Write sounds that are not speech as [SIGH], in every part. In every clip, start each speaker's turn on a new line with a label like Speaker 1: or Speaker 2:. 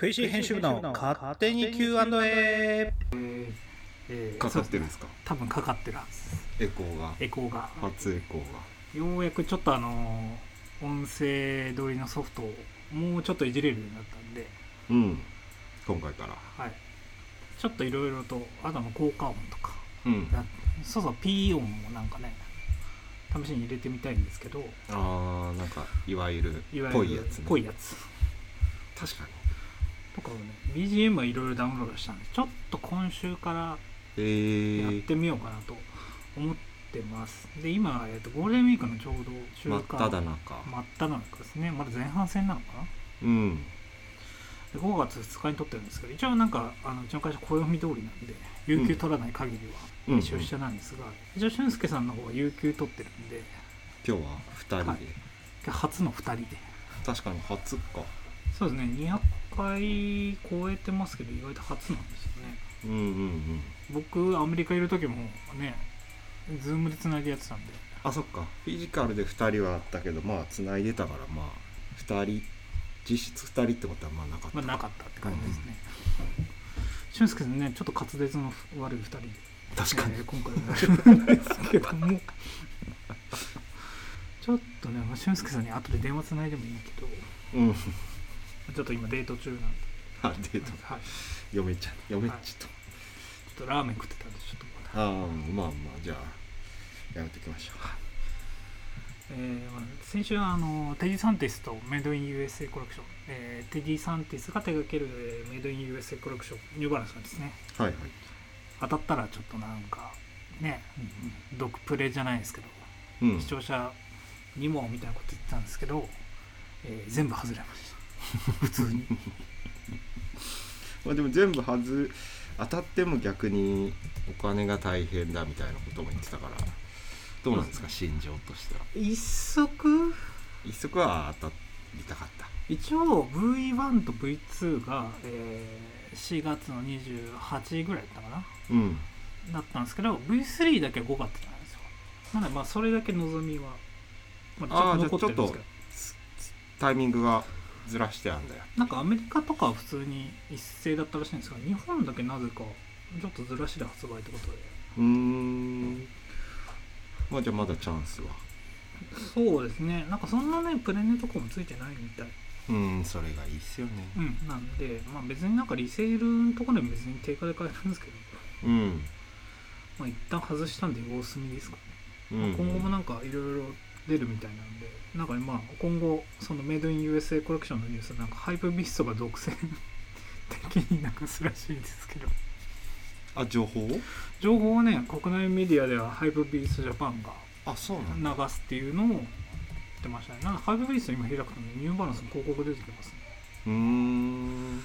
Speaker 1: 食いしん編集部の勝手に Q&A
Speaker 2: えー
Speaker 3: かかってるんですか
Speaker 2: 多分かかってるはず
Speaker 3: エコーが
Speaker 2: エコーが
Speaker 3: 初エコー
Speaker 2: ようやくちょっとあのー音声通りのソフトをもうちょっといじれるようになったんで、
Speaker 3: がうん今回から
Speaker 2: はい、ちょっといろいろとあとの効果音とか
Speaker 3: うん
Speaker 2: やそうそう P 音もなんかね試しに入れてみたいんですけど
Speaker 3: あーなんかいわゆる
Speaker 2: いわゆる
Speaker 3: ぽいやつね
Speaker 2: ぽいやつ
Speaker 3: 確かに
Speaker 2: とかをね BGM はいろいろダウンロードしたんでちょっと今週から
Speaker 3: え
Speaker 2: やっ
Speaker 3: ー、
Speaker 2: てみようかなと思ってますで今、えー、とゴールデンウィークのちょうど中
Speaker 3: 真
Speaker 2: 間
Speaker 3: っ只中
Speaker 2: 真っ只中ですねまだ前半戦なのかな
Speaker 3: うん
Speaker 2: で5月2日に撮ってるんですけど一応なんかあのうちの会社暦通りなんで有給取らない限り
Speaker 3: う
Speaker 2: は
Speaker 3: んうん
Speaker 2: 出社なんですが、一応俊介さんの方は有給取ってるんで
Speaker 3: 今日は2人で、
Speaker 2: はい初の2人で
Speaker 3: 確かに初か
Speaker 2: そうですね200回超えてますけど意外と初なんですよね
Speaker 3: うんうんうん
Speaker 2: 僕アメリカいる時もねズームでつないでやってたんで
Speaker 3: あそっかフィジカルで2人はあったけどまあつないでたからまあ2人実質2人ってことはまあなかった、
Speaker 2: まあなかったって感じですね、俊介さんねちょっと滑舌の悪い2人で
Speaker 3: 確かに、
Speaker 2: えー今回はですけど [LAUGHS] もちょっとね、まあ、俊介さんに後で電話つないでもいいけど
Speaker 3: うん
Speaker 2: ちょっと今デート中なんで、
Speaker 3: あデート
Speaker 2: はい、ち
Speaker 3: 嫁ちゃん嫁っちと、
Speaker 2: ょっとラーメン食ってたんでちょっとまだ、
Speaker 3: ああまあまあじゃあやめときましょう
Speaker 2: えーまあ先週はあのテディ・サンティスとメイド・イン・ USA コレクション、えーテディ・サンティスが手掛けるえーメイド・イン・ USA コレクションニューバランスがですね
Speaker 3: はいはい
Speaker 2: 当たったらちょっとなんかね毒プレじゃないですけど
Speaker 3: うん、
Speaker 2: 視聴者にもみたいなこと言ってたんですけど、えー全部外れました普通に
Speaker 3: まあ、でも全部はず当たっても逆にお金が大変だみたいなことも言ってたからどうなんですか心情としては
Speaker 2: 一足
Speaker 3: 一足は当たりたかった
Speaker 2: 一応 V1 と V2 が、えー4月の28ぐらいだったかな
Speaker 3: うん
Speaker 2: だったんですけど V3 だけは5月なんですよなのでまあそれだけ望みは、ま
Speaker 3: あー
Speaker 2: ちょっと残ってるんですけ
Speaker 3: じゃあちょっタイミングがずらしてあんだよ
Speaker 2: どなんかアメリカとかは普通に一斉だったらしいんですが日本だけなぜかちょっとずらしで発売ってことで
Speaker 3: うーんまあじゃあまだチャンスは
Speaker 2: そうですねなんかそんなねプレネとかもついてないみたい
Speaker 3: うんそれがいいっすよね
Speaker 2: うん、なんで、まあ、別になんかリセールのところでも別に定価で買えるんですけど、
Speaker 3: うん、
Speaker 2: まあ、一旦外したんで様子見ですかね、
Speaker 3: うん
Speaker 2: まあ今後もなんかいろいろ出るみたいなんでなんかまあ今後そのメイドイン USA コレクションのニュースなんかハイプビストが独占的になんかするらしいですけど
Speaker 3: あ情報を
Speaker 2: 情報をね国内メディアではハイプビストジャパンが
Speaker 3: あそうなんだ
Speaker 2: 流すっていうのを言ってましたねなんかハイプビスト今開くとねニューバランスの広告出てきますね
Speaker 3: うーん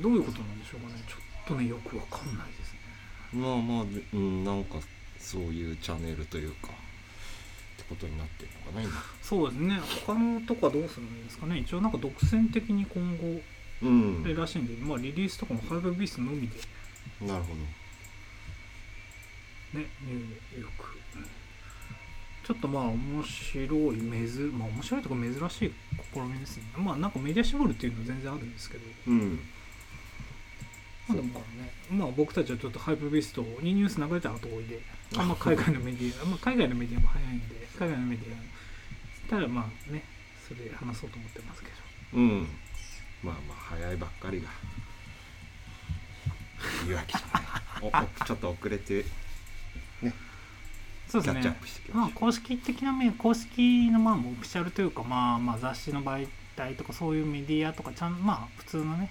Speaker 2: どういうことなんでしょうかねちょっとねよくわかんないですね
Speaker 3: まあまあ、でうん、なんかそういうチャンネルというかってことになってるのかな今
Speaker 2: そうですね他のとかどうするんですかね一応なんか独占的に今後
Speaker 3: うん
Speaker 2: あれらしいんで、まあリリースとかもハイブビーストのみで
Speaker 3: なるほ
Speaker 2: ね入力ちょっとまあ面白い珍まあ面白いとか珍しい試みですねまあなんかメディア絞るっていうのは全然あるんですけど、
Speaker 3: どうん
Speaker 2: まあ、でもねまあ僕たちはちょっとハイブビーストにニュース流れた後追いであんま海外のメディア、まあ、海外のメディアも早いんで海外のメディアしたらまあねそれで話そうと思ってますけど
Speaker 3: うんまあまあ早いばっかりがいいわけじゃない [LAUGHS] おおちょっと遅れて
Speaker 2: そう
Speaker 3: キ
Speaker 2: です
Speaker 3: ャッチア
Speaker 2: ね
Speaker 3: ップしてき
Speaker 2: ま
Speaker 3: ま
Speaker 2: あ
Speaker 3: しょ
Speaker 2: 公式的な面公式のまあもうオフィシャルというかまあまあ雑誌の媒体とかそういうメディアとかちゃんまあ普通のね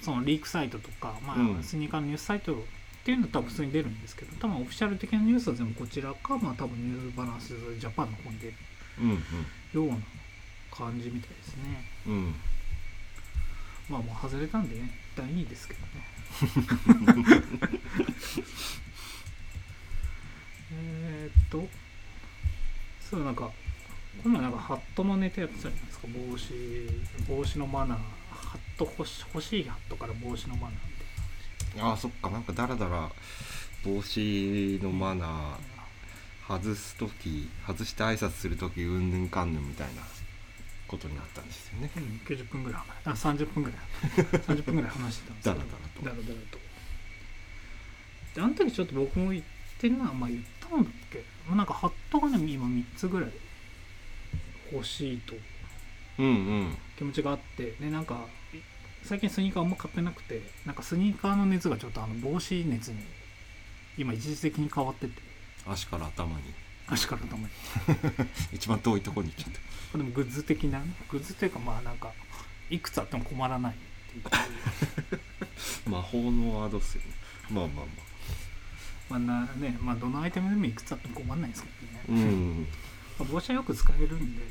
Speaker 2: そのリークサイトとかま
Speaker 3: う
Speaker 2: あ
Speaker 3: ん
Speaker 2: スニーカーのニュースサイトっていうのは多分普通に出るんですけど多分オフィシャル的なニュースは全部こちらかまあ多分ニューバランスジャパンの方に出る
Speaker 3: う、うん
Speaker 2: ような感じみたいですね
Speaker 3: うんうん
Speaker 2: まあもう外れたんでね一旦いいですけどねえーっとそうなんかこの前なんかハットのネタやってたじゃないですか帽子帽子のマナーハット欲し欲しいハットから帽子のマナーみ
Speaker 3: ああそっかなんかだらだら帽子のマナー
Speaker 2: たいな
Speaker 3: 外す時外して挨拶する時うんぬんかんぬんみたいなことになったんですよね。
Speaker 2: うん、90分ぐらいあ30分ぐらい
Speaker 3: [LAUGHS]
Speaker 2: 30分ぐらい話してたんです
Speaker 3: だ
Speaker 2: け
Speaker 3: ら
Speaker 2: どだ
Speaker 3: だら
Speaker 2: らだらとであの時ちょっと僕も言ってるなまあ言ったんだっけもうなんかハットがね今3つぐらい欲しいと
Speaker 3: と。うんうん。
Speaker 2: 気持ちがあってでなんか最近スニーカーあんま買ってなくてなんかスニーカーの熱がちょっとあの帽子熱に今一時的に変わってて
Speaker 3: 足から頭に
Speaker 2: 足から頭に
Speaker 3: 一番遠いところに行っちゃっ
Speaker 2: でもグッズ的なグッズっていうかまあなんかいくつあっても困らないっていうか
Speaker 3: た。魔法のワードっすよね。まあまあまあ。
Speaker 2: まあなねまあどのアイテムでもいくつあっても困らないですけ
Speaker 3: う
Speaker 2: どね、
Speaker 3: ん。
Speaker 2: まあ帽子はよく使えるんで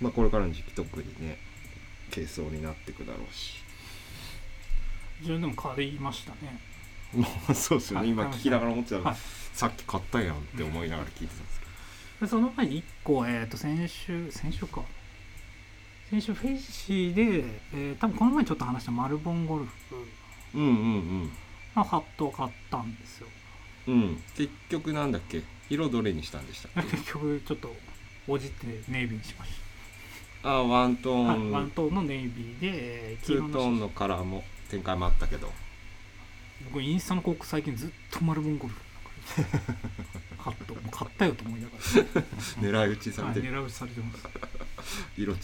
Speaker 3: まあこれからの時期特にね、軽装になってくだろうし。
Speaker 2: 自分でも買いましたね
Speaker 3: まあ [LAUGHS] そうですよ
Speaker 2: は
Speaker 3: ね。
Speaker 2: い
Speaker 3: 今聞きながら思ってた
Speaker 2: は
Speaker 3: ら
Speaker 2: い、
Speaker 3: さっき買ったやんって思いながら聞いてたんですけ
Speaker 2: でその前に1個、えー、と先週先週か先週フェイシーで、えー多分この前ちょっと話したマルボンゴルフ
Speaker 3: ど。うんうん
Speaker 2: のハットを買ったんですよ
Speaker 3: うん。うん。結局なんだっけ色どれにしたんでしたっけ
Speaker 2: 結局ちょっとおじってネイビーにしまし
Speaker 3: ああワント
Speaker 2: た、はい、
Speaker 3: ー
Speaker 2: ワン
Speaker 3: ン
Speaker 2: トーンのネイビーでえー黄
Speaker 3: ツ
Speaker 2: 色
Speaker 3: ートーン
Speaker 2: の
Speaker 3: のカラーも展開もあったけど
Speaker 2: 僕インスタの広告最近ずっとマルボンゴルフの中でハットもう買ったよと思いな
Speaker 3: [LAUGHS]
Speaker 2: が
Speaker 3: 狙い撃ちさ
Speaker 2: ら、
Speaker 3: れ
Speaker 2: はい、
Speaker 3: てる
Speaker 2: 狙い撃ちされてます
Speaker 3: 色違い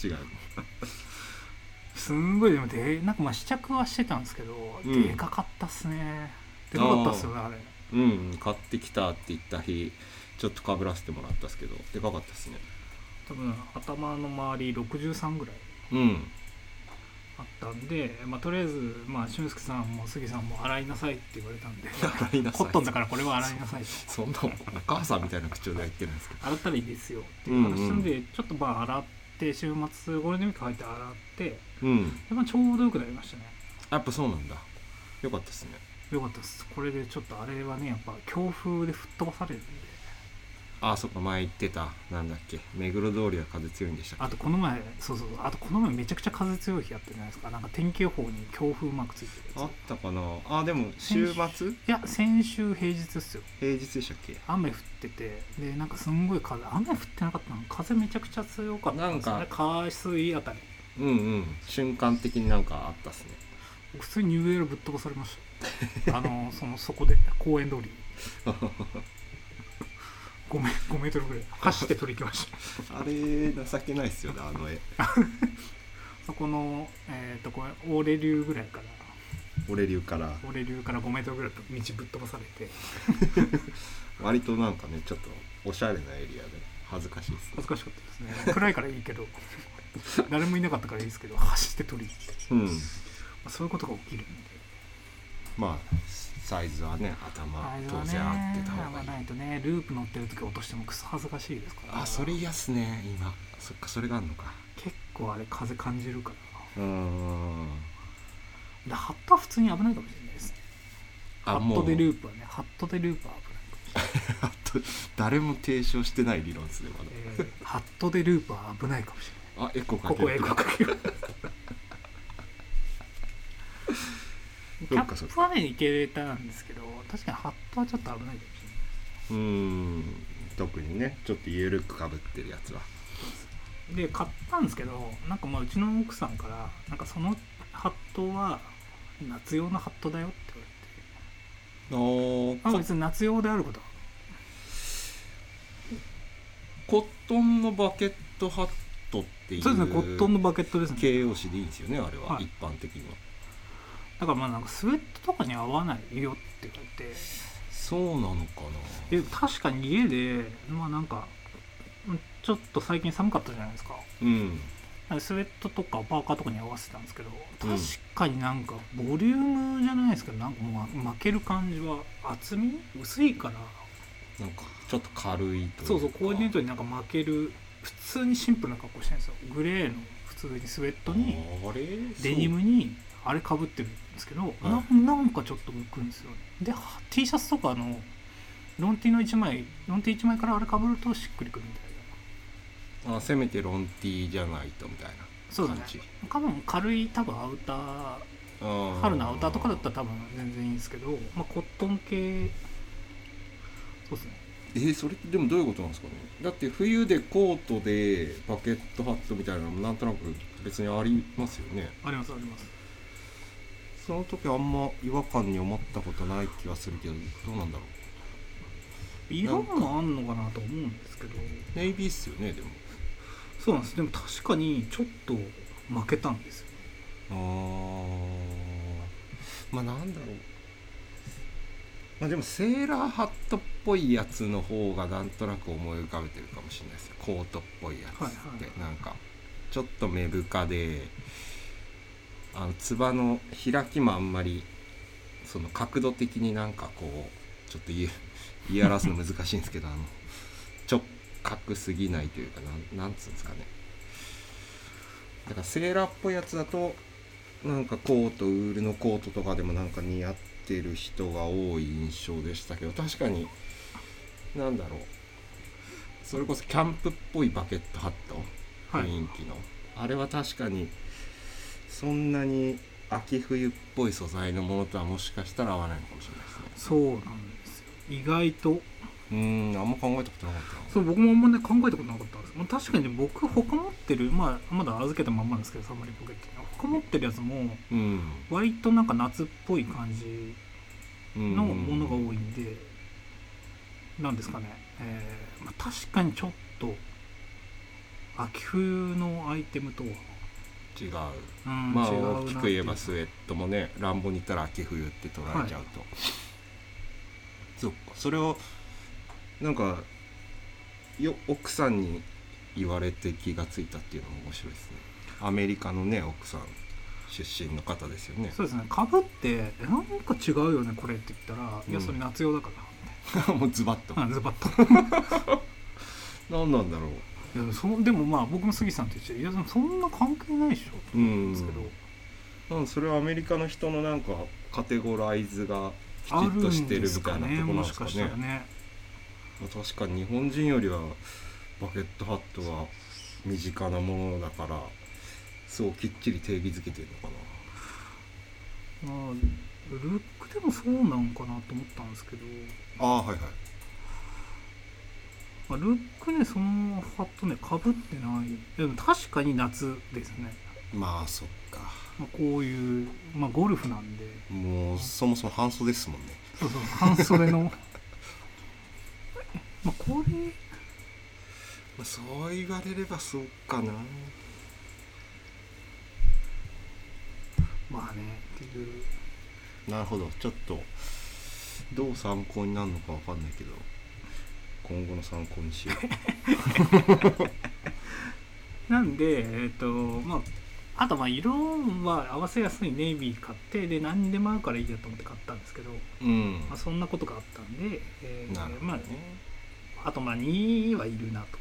Speaker 2: すんごいでもでなんかまあ試着はしてたんですけど、
Speaker 3: うん
Speaker 2: でかかったっすねでかかったっすよねあれ
Speaker 3: うん買ってきたって言った日ちょっとかぶらせてもらったっすけどでかかったっすね
Speaker 2: 多分頭の周り63ぐらい
Speaker 3: うん
Speaker 2: あったんで、まあ、とりあえず、まあ、俊介さんも杉さんも洗いなさいって言われたんで
Speaker 3: [LAUGHS] 洗いな
Speaker 2: コ
Speaker 3: さ
Speaker 2: ッ
Speaker 3: い
Speaker 2: トンだからこれは洗いなさい
Speaker 3: そんなお母さんみたいな口調で言ってるんですけど
Speaker 2: 洗ったらいいですよっていう話なんで、ちょっとまあ洗って週末ゴールデンウィーク入って洗って
Speaker 3: うん
Speaker 2: で、まあ、ちょうどよくなりましたね
Speaker 3: やっぱそうなんだよかったっすね
Speaker 2: よかったですこれでちょっとあれはねやっぱ強風で吹っ飛ばされるんで
Speaker 3: ああそっか前言ってたなんだっけ目黒通りは風強いんでした
Speaker 2: あ
Speaker 3: っけ
Speaker 2: とこの前そうそうあとこの前めちゃくちゃ風強い日あったじゃないですかなんか天気予報に強風マークついてる
Speaker 3: あ
Speaker 2: や
Speaker 3: ったかなあでも週末
Speaker 2: ついや先週平日っすよ
Speaker 3: 平日でしたっけ
Speaker 2: 雨降っててでなんかすんごい風雨降ってなかったの風めちゃくちゃ強かったんですよ
Speaker 3: なん
Speaker 2: ね海水あたり
Speaker 3: うんうん瞬間的になんかあったっすね
Speaker 2: 僕普通にニューエラぶっ飛ばされました [LAUGHS] あのそのそこで公園通
Speaker 3: [LAUGHS]
Speaker 2: り5メ ,5 メートルぐらい走って取り行きました
Speaker 3: あれ情けないっすよねあの絵
Speaker 2: そこのえっ、とこれオーレ流ぐらいから
Speaker 3: 俺流から
Speaker 2: オーレ流から5メートルぐらいと道ぶっ飛ばされて
Speaker 3: 割となんかねちょっとおしゃれなエリアで恥ずかしいっすね
Speaker 2: 恥ずかしかったですね暗いからいい
Speaker 3: [LAUGHS]
Speaker 2: けど誰もいなかったからいいですけど走って取りに行って、
Speaker 3: うん
Speaker 2: まあ、そういうことが起きるんで
Speaker 3: まあサイズはね頭
Speaker 2: あれは
Speaker 3: 当
Speaker 2: ね
Speaker 3: 然合ってた
Speaker 2: 合
Speaker 3: 方が
Speaker 2: わ
Speaker 3: いい
Speaker 2: ないとねループ乗ってる時落としてもクソ恥ずかしいですから
Speaker 3: あそれ嫌っすね今そっかそれがあんのか
Speaker 2: 結構あれ風感じるから
Speaker 3: うーん
Speaker 2: でハットは普通に危ないかもしれないですねハットで
Speaker 3: ー
Speaker 2: ループはねハットでループは危ないかもし
Speaker 3: [LAUGHS] プ誰も提唱してない理論っすねまだ
Speaker 2: れ
Speaker 3: [LAUGHS]
Speaker 2: ない、えーハットでループは危ないかもしれない
Speaker 3: あエコーか
Speaker 2: こ
Speaker 3: け
Speaker 2: こ
Speaker 3: る
Speaker 2: へここへキ
Speaker 3: [LAUGHS] そ
Speaker 2: ャ
Speaker 3: っかそっ
Speaker 2: ッ
Speaker 3: か
Speaker 2: プはねいけたんですけど確かにハットはちょっと危ないかもしれないう
Speaker 3: ーん特にねちょっと緩くかぶってるやつは
Speaker 2: で買ったんですけどなんかまあうちの奥さんからなんかそのハットは夏用のハットだよって言わ
Speaker 3: お
Speaker 2: れてあ別に夏用であることは
Speaker 3: コットンのバケットハットっていう
Speaker 2: そうですねコットンのバケットですね
Speaker 3: 形容詞でいいんですよねあれは、
Speaker 2: はい
Speaker 3: 一般的には
Speaker 2: だからまあなんかスウェットとかに合わないよって言われて
Speaker 3: そうなのかな
Speaker 2: で確かに家でまあなんかうんちょっと最近寒かったじゃないですか
Speaker 3: うん
Speaker 2: スウェットとかパーカーとかに合わせてたんですけど
Speaker 3: うん
Speaker 2: 確かになんかボリュームじゃないですけどなんかもう負ける感じは厚み薄いから
Speaker 3: なんかちょっと軽いとい
Speaker 2: そうそうコーディネート
Speaker 3: に
Speaker 2: になんか負ける普通にシンプルな格好してるんですよグレーの普通にスウェットに
Speaker 3: あれ
Speaker 2: デニムにあれかぶってるんですけど、ななんかちょっと浮くんですよねでは T シャツとかのロン T の1枚ロン T1 枚からあれかぶるとしっくりくるみたいな
Speaker 3: そうあせめてロンティーじゃないとみたいな
Speaker 2: そうだね
Speaker 3: 感じ
Speaker 2: 多分軽い多分アウター
Speaker 3: あ
Speaker 2: 春のアウターとかだったら多分全然いいんですけど、まあ、コットン系そうですね
Speaker 3: えーそれってでもどういうことなんですかねだって冬でコートでバケットハットみたいなのもなんとなく別にありますよね
Speaker 2: ありますあります
Speaker 3: その時あんま違和感に思ったことない気はするけどどうなんだろう
Speaker 2: 色もあんのかなと思うんですけど
Speaker 3: ネイビーっすよねでも
Speaker 2: そうなんですでも確かにちょっと負けたんですよ
Speaker 3: あーまあなんだろうまあでもセーラーハットっぽいやつの方がなんとなく思い浮かべてるかもしれないですよコートっぽいやつって、
Speaker 2: はいはい
Speaker 3: なんかちょっと目深であのつばの開きもあんまりその角度的になんかこうち [LAUGHS] ょっと言い言い表すの難しいんですけどあの直角すぎないというかなんなんつうんですかねだからセーラーっぽいやつだとなんかコートウールのコートとかでもなんか似合ってる人が多い印象でしたけど確かになんだろうそれこそキャンプっぽいバケットハット
Speaker 2: はい
Speaker 3: 雰囲気の、あれは確かにそんなに秋冬っぽい素材のものとはもしかしたら合わないのかもしれないですね
Speaker 2: そうなんですよ意外と
Speaker 3: うーんあんま考えたことなかった
Speaker 2: そう僕もあんまね考えたことなかったんです、まあ、確かにね僕他持ってる、まあ、まだ預けたまんまなんですけどサマリーポケットに他持ってるやつも
Speaker 3: なうん
Speaker 2: 割となんか夏っぽい感じ
Speaker 3: うん
Speaker 2: のものが多いんで、なんですかね、えーまあ、確かにちょっと秋冬のアイテムとは、
Speaker 3: 違う
Speaker 2: うん
Speaker 3: まあ
Speaker 2: 違うな
Speaker 3: 大
Speaker 2: ってい
Speaker 3: き
Speaker 2: う
Speaker 3: く言えばスウェットもね乱暴に言ったら秋冬って捉えちゃうと、そうそれをなんかよ奥さんに言われて気がついたっていうのも面白いですねアメリカのね奥さん出身の方ですよね
Speaker 2: そうですねかぶって「えなんか違うよねこれ」って言ったら「いや
Speaker 3: うん
Speaker 2: それ夏用だから」
Speaker 3: [LAUGHS] もうズバッと
Speaker 2: みたいなうんズバ
Speaker 3: [LAUGHS]
Speaker 2: ッとい
Speaker 3: 何なんだろ
Speaker 2: やそうでもまあ僕も杉さんと一緒で「いやでもそんな関係ないでしょ」と
Speaker 3: うう
Speaker 2: 思うん
Speaker 3: ん
Speaker 2: ですけど、
Speaker 3: なんそれはアメリカの人のなんかカテゴライズがき
Speaker 2: あ
Speaker 3: ちっ
Speaker 2: る
Speaker 3: とし
Speaker 2: ん
Speaker 3: てる
Speaker 2: で
Speaker 3: み
Speaker 2: す
Speaker 3: た
Speaker 2: か
Speaker 3: いなとこ
Speaker 2: ね
Speaker 3: ろなん
Speaker 2: も
Speaker 3: で
Speaker 2: し
Speaker 3: すか
Speaker 2: か
Speaker 3: ね
Speaker 2: したらね
Speaker 3: まあ確かに日本人よりはバケットハットは身近なものだからそうきっちり定義づけてるのか
Speaker 2: まあルックでもそうなんかなと思ったんですけど、
Speaker 3: なああはいはい
Speaker 2: まあ、ルックねそのハットねかぶってないでも確かに夏ですね、
Speaker 3: まあそっか
Speaker 2: まあ、こういう、まあ、ゴルフなんで
Speaker 3: もうそもそも半袖ですもんね
Speaker 2: そうそう半袖
Speaker 3: [LAUGHS]
Speaker 2: のえまあこれ
Speaker 3: まあそう言われればそうかな
Speaker 2: まあねっていう
Speaker 3: なるほどちょっとどう参考になるのかわかんないけど今後の参考にしよう
Speaker 2: なんでえっ、とまああとまあ色は合わせやすいネイビー買ってで何でも合うからいいやと思って買ったんですけど、
Speaker 3: [LAUGHS] うん
Speaker 2: まあ、そんなことがあったんで、えー
Speaker 3: なるほど
Speaker 2: ま
Speaker 3: ね
Speaker 2: あ、あとまあ2はいるなと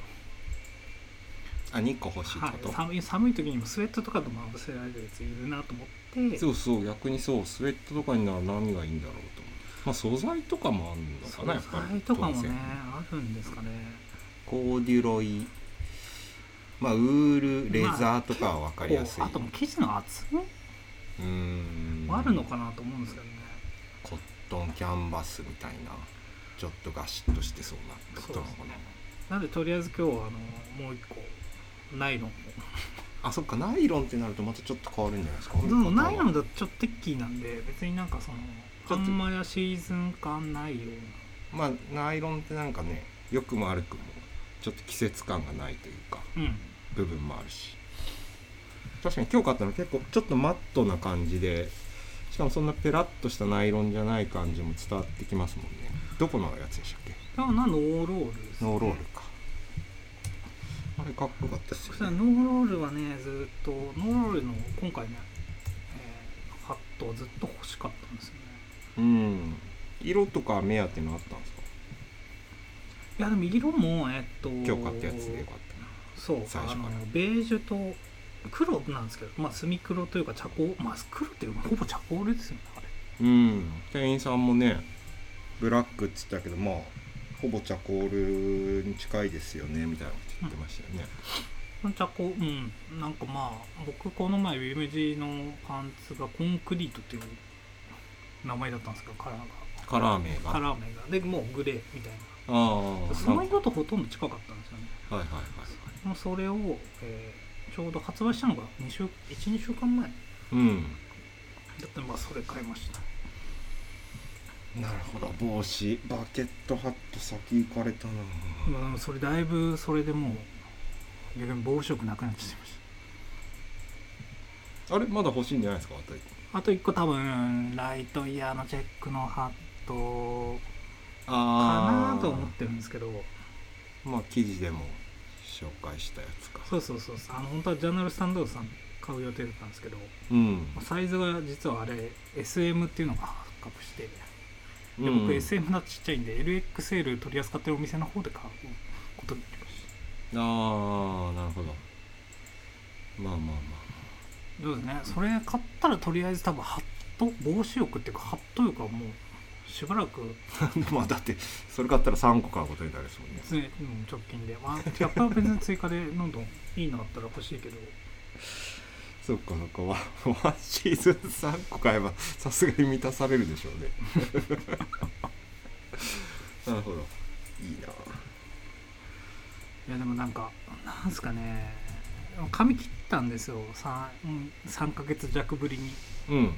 Speaker 3: あ2個欲しい
Speaker 2: は
Speaker 3: ってこ
Speaker 2: い、
Speaker 3: と、
Speaker 2: 寒い寒い時にもスウェットとかとも合わせられるやついるなと思って
Speaker 3: そうそう逆にそうスウェットとかになら何がいいんだろうと思うまあ素材とかもあるのか
Speaker 2: 素
Speaker 3: なやっぱり
Speaker 2: 材とかもね
Speaker 3: 当然
Speaker 2: あるんですかね
Speaker 3: コーデュロイまあウールレザーとかは分かりやすい、
Speaker 2: こうあともう生地の厚み
Speaker 3: うーん
Speaker 2: もあるのかなと思うんですけどね、
Speaker 3: コットンキャンバスみたいなちょっとガシッとしてそうなってことなのか
Speaker 2: そう
Speaker 3: な
Speaker 2: ですねなんでとりあえず今日はあのもう一個ナイロン
Speaker 3: あそっかナイロンってなるとまたちょっと変わるんじゃないですか
Speaker 2: をでもナイロン
Speaker 3: ち
Speaker 2: だとちょっとテッキーなんで別になんかその
Speaker 3: ちょ
Speaker 2: あ
Speaker 3: っと
Speaker 2: んまりシーズン感ないよ
Speaker 3: まあナイロンってなんかねよくも悪くもちょっと季節感がないというか
Speaker 2: うなうん
Speaker 3: 部分もあるし確かに今日買ったの結構ちょっとマットな感じでしかもそんなペラッとしたナイロンじゃない感じも伝わってきますもんねどこのやつでしたっけ
Speaker 2: でもなノーロールです、
Speaker 3: ノーロールかあれかっこよかったです
Speaker 2: そした
Speaker 3: よ
Speaker 2: ら
Speaker 3: ね
Speaker 2: ノーロールはねずーっとノーロールの今回ね、えーハットをずっと欲しかったんですよね
Speaker 3: うん色とか目当てのあったんですか
Speaker 2: いやでも色もえっと
Speaker 3: 今日買ったやつでよかっ
Speaker 2: そう
Speaker 3: 最初
Speaker 2: あ
Speaker 3: か
Speaker 2: の
Speaker 3: ら
Speaker 2: ベージュと黒なんですけどまあ墨黒というか茶光まあ黒っていうかほぼ茶光ですよねあれ
Speaker 3: たうん店員さんもねブラックっつったけどまあほぼチャコールに近いですよねみたいなこと言ってましたよね、
Speaker 2: その茶光うんなんかまあ僕この前ウィルムジのパンツがコンクリートっていう名前だったんですけどカラーが
Speaker 3: カラー名が
Speaker 2: カラー名がでもうグレーみたいな
Speaker 3: ああ
Speaker 2: その
Speaker 3: はい
Speaker 2: 色とほとんど近かったんですよね
Speaker 3: はいはい
Speaker 2: もうそれを、えーちょうど発売したのが2週12週間前だ
Speaker 3: うん
Speaker 2: ったまあそれ買いました
Speaker 3: なるほど帽子バケットハット先行かれたな
Speaker 2: まあでもそれだいぶそれでもう逆に帽子色なくなっちゃいまし
Speaker 3: あれまだ欲しいんじゃないですかあと
Speaker 2: たあと1個多分ライトイヤーのチェックのハットかなと思ってるんですけど
Speaker 3: まあ記事でも紹介したやつか
Speaker 2: そうそうそうそうあの本当はジャーナルスタンダードさん買う予定だったんですけど
Speaker 3: うん
Speaker 2: まあサイズが実はあれ SM っていうのが発覚してで
Speaker 3: う
Speaker 2: 僕
Speaker 3: ん
Speaker 2: SM だとちっちゃいんで LXL 取り扱ってるお店の方で買うことになりました
Speaker 3: ああなるほどまあまあ [LAUGHS] ま
Speaker 2: そうですねそれ買ったらとりあえず多分ハット帽子欲っていうかハット欲はもうしばらく
Speaker 3: あまあだってそれ買ったら3個買うことになりそうね
Speaker 2: 常にうん直近で、まあ、キャップは別に追加でどんどんいいのあったら欲しいけど
Speaker 3: そっかそっかワンワンシーズン3個買えばさすがに満たされるでしょ [LAUGHS] うねなるほどいいない
Speaker 2: やでもなんかなんすかね髪切ったんですよ 3, うん3ヶ月弱ぶりに
Speaker 3: うん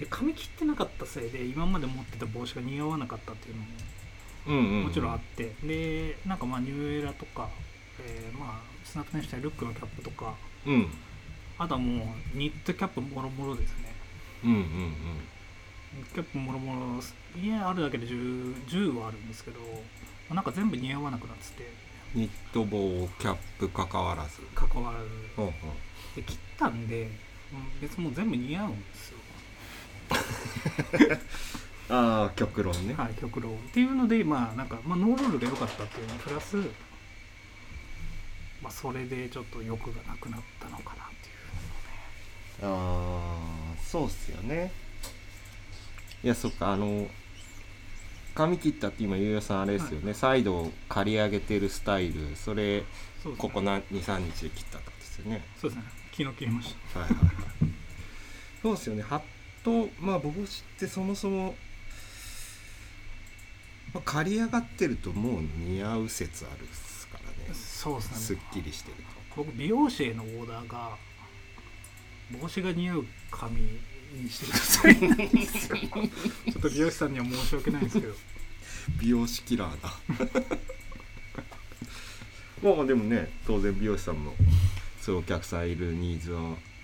Speaker 2: で髪切ってなかったせいで今まで持ってた帽子が似合わなかったっていうのも
Speaker 3: うんうんうん
Speaker 2: もちろんあって、でなんかまあニューエラとか、えーまあスナップネンシャルルックのキャップとか
Speaker 3: うんうん
Speaker 2: あとはもうニットキャップもろもろですね
Speaker 3: うんうん
Speaker 2: キャップもろもろ家あるだけで 10, 10はあるんですけどなんか全部似合わなくなってて
Speaker 3: ニット帽キャップかかわらず
Speaker 2: 関わらず
Speaker 3: ほうほ
Speaker 2: で切ったんでうん別にもう全部似合うんですよ
Speaker 3: うああ極論ね
Speaker 2: はい極論っていうのでまあなんか、まあ、ノーロールが良かったっていうのプラス、まあ、それでちょっと欲がなくなったのかなってい
Speaker 3: ああそうっすよねいやそっかあの髪切ったって今ゆうやさんあれですよね、サイドを刈り上げてるスタイルそれ
Speaker 2: うのね
Speaker 3: ここ
Speaker 2: な
Speaker 3: な23日で切ったってことですよね
Speaker 2: そうですね昨日切りまし
Speaker 3: はいはいはいそうですよねハットまあ帽子ってそもそも、まあ、刈り上がってるともう似合う説あるっすから
Speaker 2: た
Speaker 3: ね
Speaker 2: そうですね
Speaker 3: すっきりしてる
Speaker 2: 僕美容師へのオーダーが帽子が似合う髪にしてくださいなんですよちょっと美容師さんには申し訳ないんですけど
Speaker 3: と美容師キラーだまあまあでもね当然美容師さんもそういうお客さんいるニーズは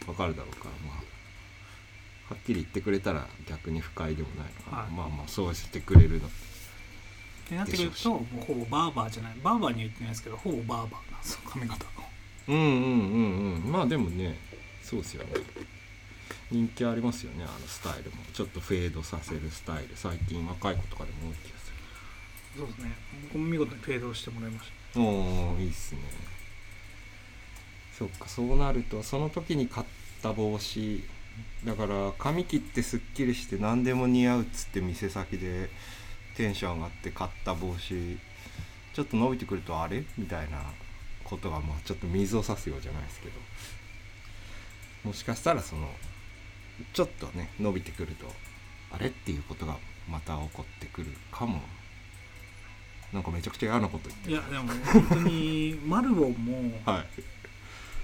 Speaker 3: 分かるだろうからまあはっきり言ってくれたら逆に不快でもないのかな、
Speaker 2: はい
Speaker 3: まあまあそうしてくれるの
Speaker 2: ってなってくる
Speaker 3: でし
Speaker 2: と
Speaker 3: ょう
Speaker 2: もうほぼバーバーじゃないバーバーには言ってないですけどほぼバーバーなんですよ髪型
Speaker 3: うんうんうんうんまあでもねそうですよね人気ありますよねあのスタイルもちょっとフェードさせるスタイル最近若い子とかでも多い気がす
Speaker 2: そうですね僕も見事にフェードしてもらいまし
Speaker 3: るおーいいっすねそっかそうなるとその時に買った帽子だから髪切ってすっきりして何でも似合うっつって店先でテンション上がって買った帽子ちょっと伸びてくるとあれみたいなことがまあちょっと水を差すようじゃないですけどもしかしたらそのちょっとね伸びてくるとあれっていうことがまた起こってくるかもなんかめちゃくちゃ嫌なこと言ったて
Speaker 2: い
Speaker 3: る
Speaker 2: やでも本当にマルボンも、
Speaker 3: はい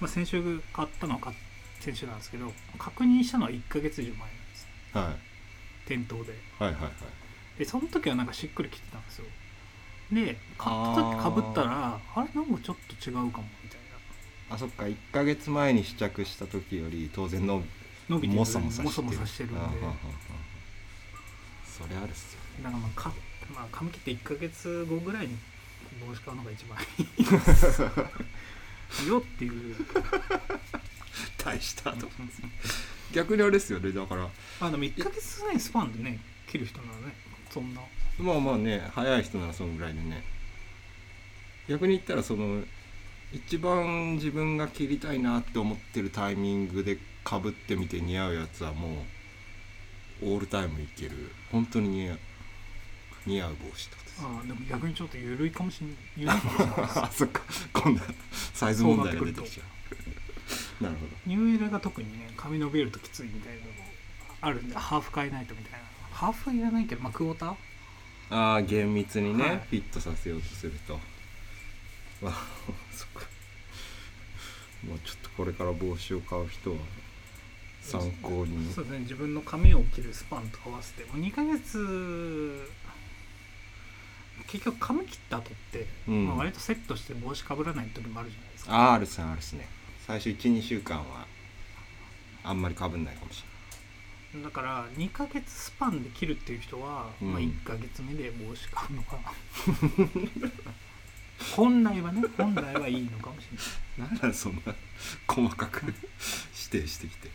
Speaker 2: まあ、先週買ったのは買っ先週なんですけど確認したのは1ヶ月以上前なんです
Speaker 3: はい
Speaker 2: 店頭で
Speaker 3: はいはいはい
Speaker 2: でその時はなんかしっくりきてたんですよで買った時かぶったらあれなんかちょっと違うかもみたい
Speaker 3: あそっか1ヶ月前に試着した時より当然の
Speaker 2: な伸びてる
Speaker 3: もさもさ
Speaker 2: も
Speaker 3: してる
Speaker 2: してるんで
Speaker 3: あ
Speaker 2: だ
Speaker 3: は
Speaker 2: か
Speaker 3: ははそれあるっすよね
Speaker 2: らまあか、まあ、髪切って1ヶ月後ぐらいに帽子買うのが一番い
Speaker 3: [LAUGHS]
Speaker 2: いよっていう
Speaker 3: 大したと逆にあれですよねだから
Speaker 2: あでも1ヶ月ぐらいスパンでね切る人ならねそんな
Speaker 3: まあまあね早い人ならそのぐらいでね逆に言ったらその一番自分が切りたいなって思ってるタイミングでかぶってみて似合うやつはもうオールタイムいける本当に似合う似合う帽子ってことです
Speaker 2: あでも逆にちょっと緩いかもしれない緩いか [LAUGHS] もしれないです
Speaker 3: [LAUGHS] あそっかこんなサイズ問題が出てきちゃうなるほど
Speaker 2: ニューエラが特にね髪伸びるときついみたいなのもあるんでハーフ買えないとみたいなハーフはいらないけどまあクォーター
Speaker 3: ああ厳密にね、
Speaker 2: はい
Speaker 3: フィットさせようとするとまあそっかもうちょっとこれから帽子を買う人は参考に
Speaker 2: そうですね自分の髪を切るスパンと合わせてもう2ヶ月結局髪切った後って、
Speaker 3: うん
Speaker 2: まあ、割とセットして帽子かぶらない時もあるじゃないですか
Speaker 3: R さんあるっすね最初12週間はあんまりかぶんないかもし
Speaker 2: だから2ヶ月スパンで切るっていう人は、
Speaker 3: うん
Speaker 2: まあ、1ヶ月目で帽子買うのが [LAUGHS] 本来はね本来はいいのかもしれない
Speaker 3: れないなんだそんな細かく指定してきて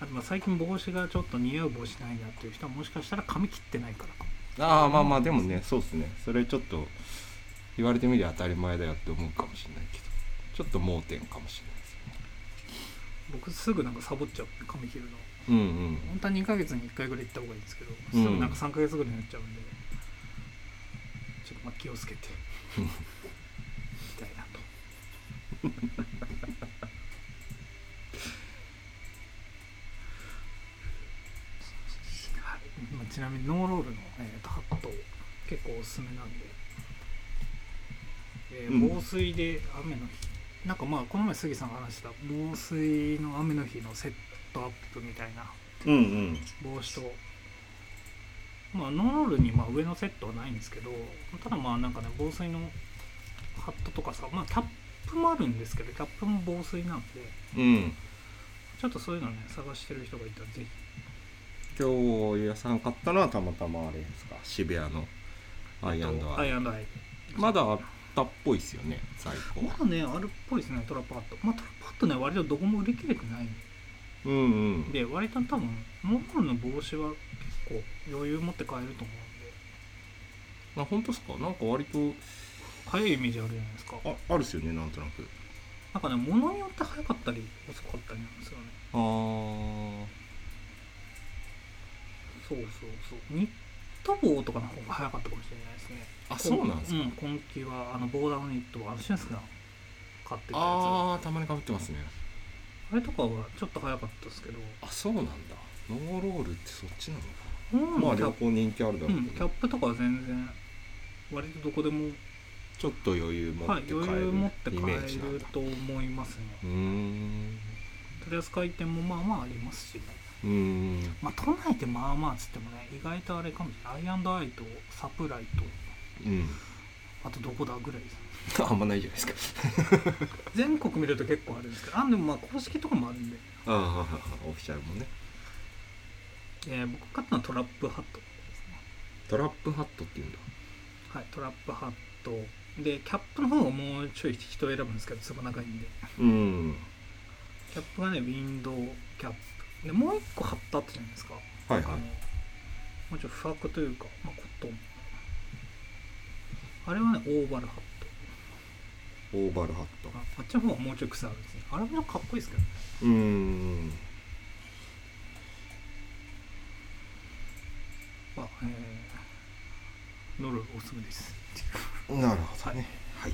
Speaker 2: あとまあ最近帽子がちょっと似合う帽子ないなっていう人はもしかしたら髪切ってないからかも
Speaker 3: ああまあまあでもねそうっすねそれちょっと言われてみりゃ当たり前だよって思うかもしれないけどちょっと盲点かもしれないですね
Speaker 2: 僕すぐなんかサボっちゃう髪切るの
Speaker 3: うんうん
Speaker 2: 本当は2ヶ月に1回ぐらい行った方がいいんですけど
Speaker 3: うん
Speaker 2: すぐなんか3ヶ月ぐらいになっちゃうんで、ちょっとまあ気をつけて
Speaker 3: うん
Speaker 2: みたいなとはいまあちなみにノーロールの、えーとハット結構おすすめなんで、えー
Speaker 3: うん
Speaker 2: 防水で雨の日、なんかまあこの前杉さんが話した防水の雨の日のセットアップみたいな
Speaker 3: うんうん
Speaker 2: 帽子と、まあ、ノーロールにまあ上のセットはないんですけどただまあなんかね防水のハットとかさ、まあ、キャップもあるんですけどキャップも防水なんで
Speaker 3: うん
Speaker 2: ちょっとそういうのね探してる人がいたらぜひ
Speaker 3: 今日ゆうやさん買ったのはたまたまあれですか渋谷のアイアンドア
Speaker 2: ア
Speaker 3: イ
Speaker 2: イアンドアイ
Speaker 3: まだあったっぽいっすよね在庫
Speaker 2: まだねあるっぽいですねトラパートまあトラパートね割とどこも売り切れてない
Speaker 3: うんうん
Speaker 2: んで割と多分ノーロールの帽子は結構余裕持って買えると思うんで
Speaker 3: あ本当っすかなんか割と
Speaker 2: 早いイメージあるじゃないですか
Speaker 3: ああるっすよねなんとなく
Speaker 2: なんかね物によって早かったり遅かったりなんですよね
Speaker 3: あー
Speaker 2: そうそうそうニット帽とかの方が早かったかもしれないですね
Speaker 3: あそうなんですか、
Speaker 2: うん、今季はあのボーダーのニットはあの俊介が買ってたやつあ
Speaker 3: ああたまにかぶってますね
Speaker 2: れとかはちょっと早かったですけど
Speaker 3: あそうなんだノーロールってそっちなのか
Speaker 2: うん
Speaker 3: まあ
Speaker 2: キャ
Speaker 3: 両
Speaker 2: ップ
Speaker 3: 方人気あるだろ
Speaker 2: う
Speaker 3: うけど、
Speaker 2: んキャップとかは全然割とどこでも、
Speaker 3: ちょっと余裕持っ
Speaker 2: はい、
Speaker 3: て買え
Speaker 2: 余
Speaker 3: る
Speaker 2: 裕持って買
Speaker 3: イメージなん
Speaker 2: える
Speaker 3: だ
Speaker 2: と思いますね
Speaker 3: うーん
Speaker 2: 取り扱い店もまあまあありますし、
Speaker 3: うーん
Speaker 2: まあ、都内でまあまあっつってもね意外とあれかもしれないアイアンドアイとサプライと
Speaker 3: うん [LAUGHS]
Speaker 2: あとどこだぐらいです
Speaker 3: あんまないじゃないですか
Speaker 2: 全国見ると結構あるんですけどあでもまあ公式とかもあるんで
Speaker 3: ああオフィシャルもね
Speaker 2: えー僕買ったのはトラップハットですね
Speaker 3: トラップハットっていうんだ
Speaker 2: はいトラップハットでキャップの方をもうちょい人選ぶんですけどつば長いんで
Speaker 3: うん
Speaker 2: キャップがねウィンドウキャップでもう一個ハットあったじゃないですか
Speaker 3: はい
Speaker 2: あ
Speaker 3: は
Speaker 2: の
Speaker 3: い
Speaker 2: もうちょっと不白というか、まあ、コットンあれはねオーバルハット
Speaker 3: オーバルハット
Speaker 2: ああっちの方はもうちょい癖あるんですねあれもかっこいいですけどね
Speaker 3: うーん
Speaker 2: まあえー、ノルおすすめです
Speaker 3: なるほどねはい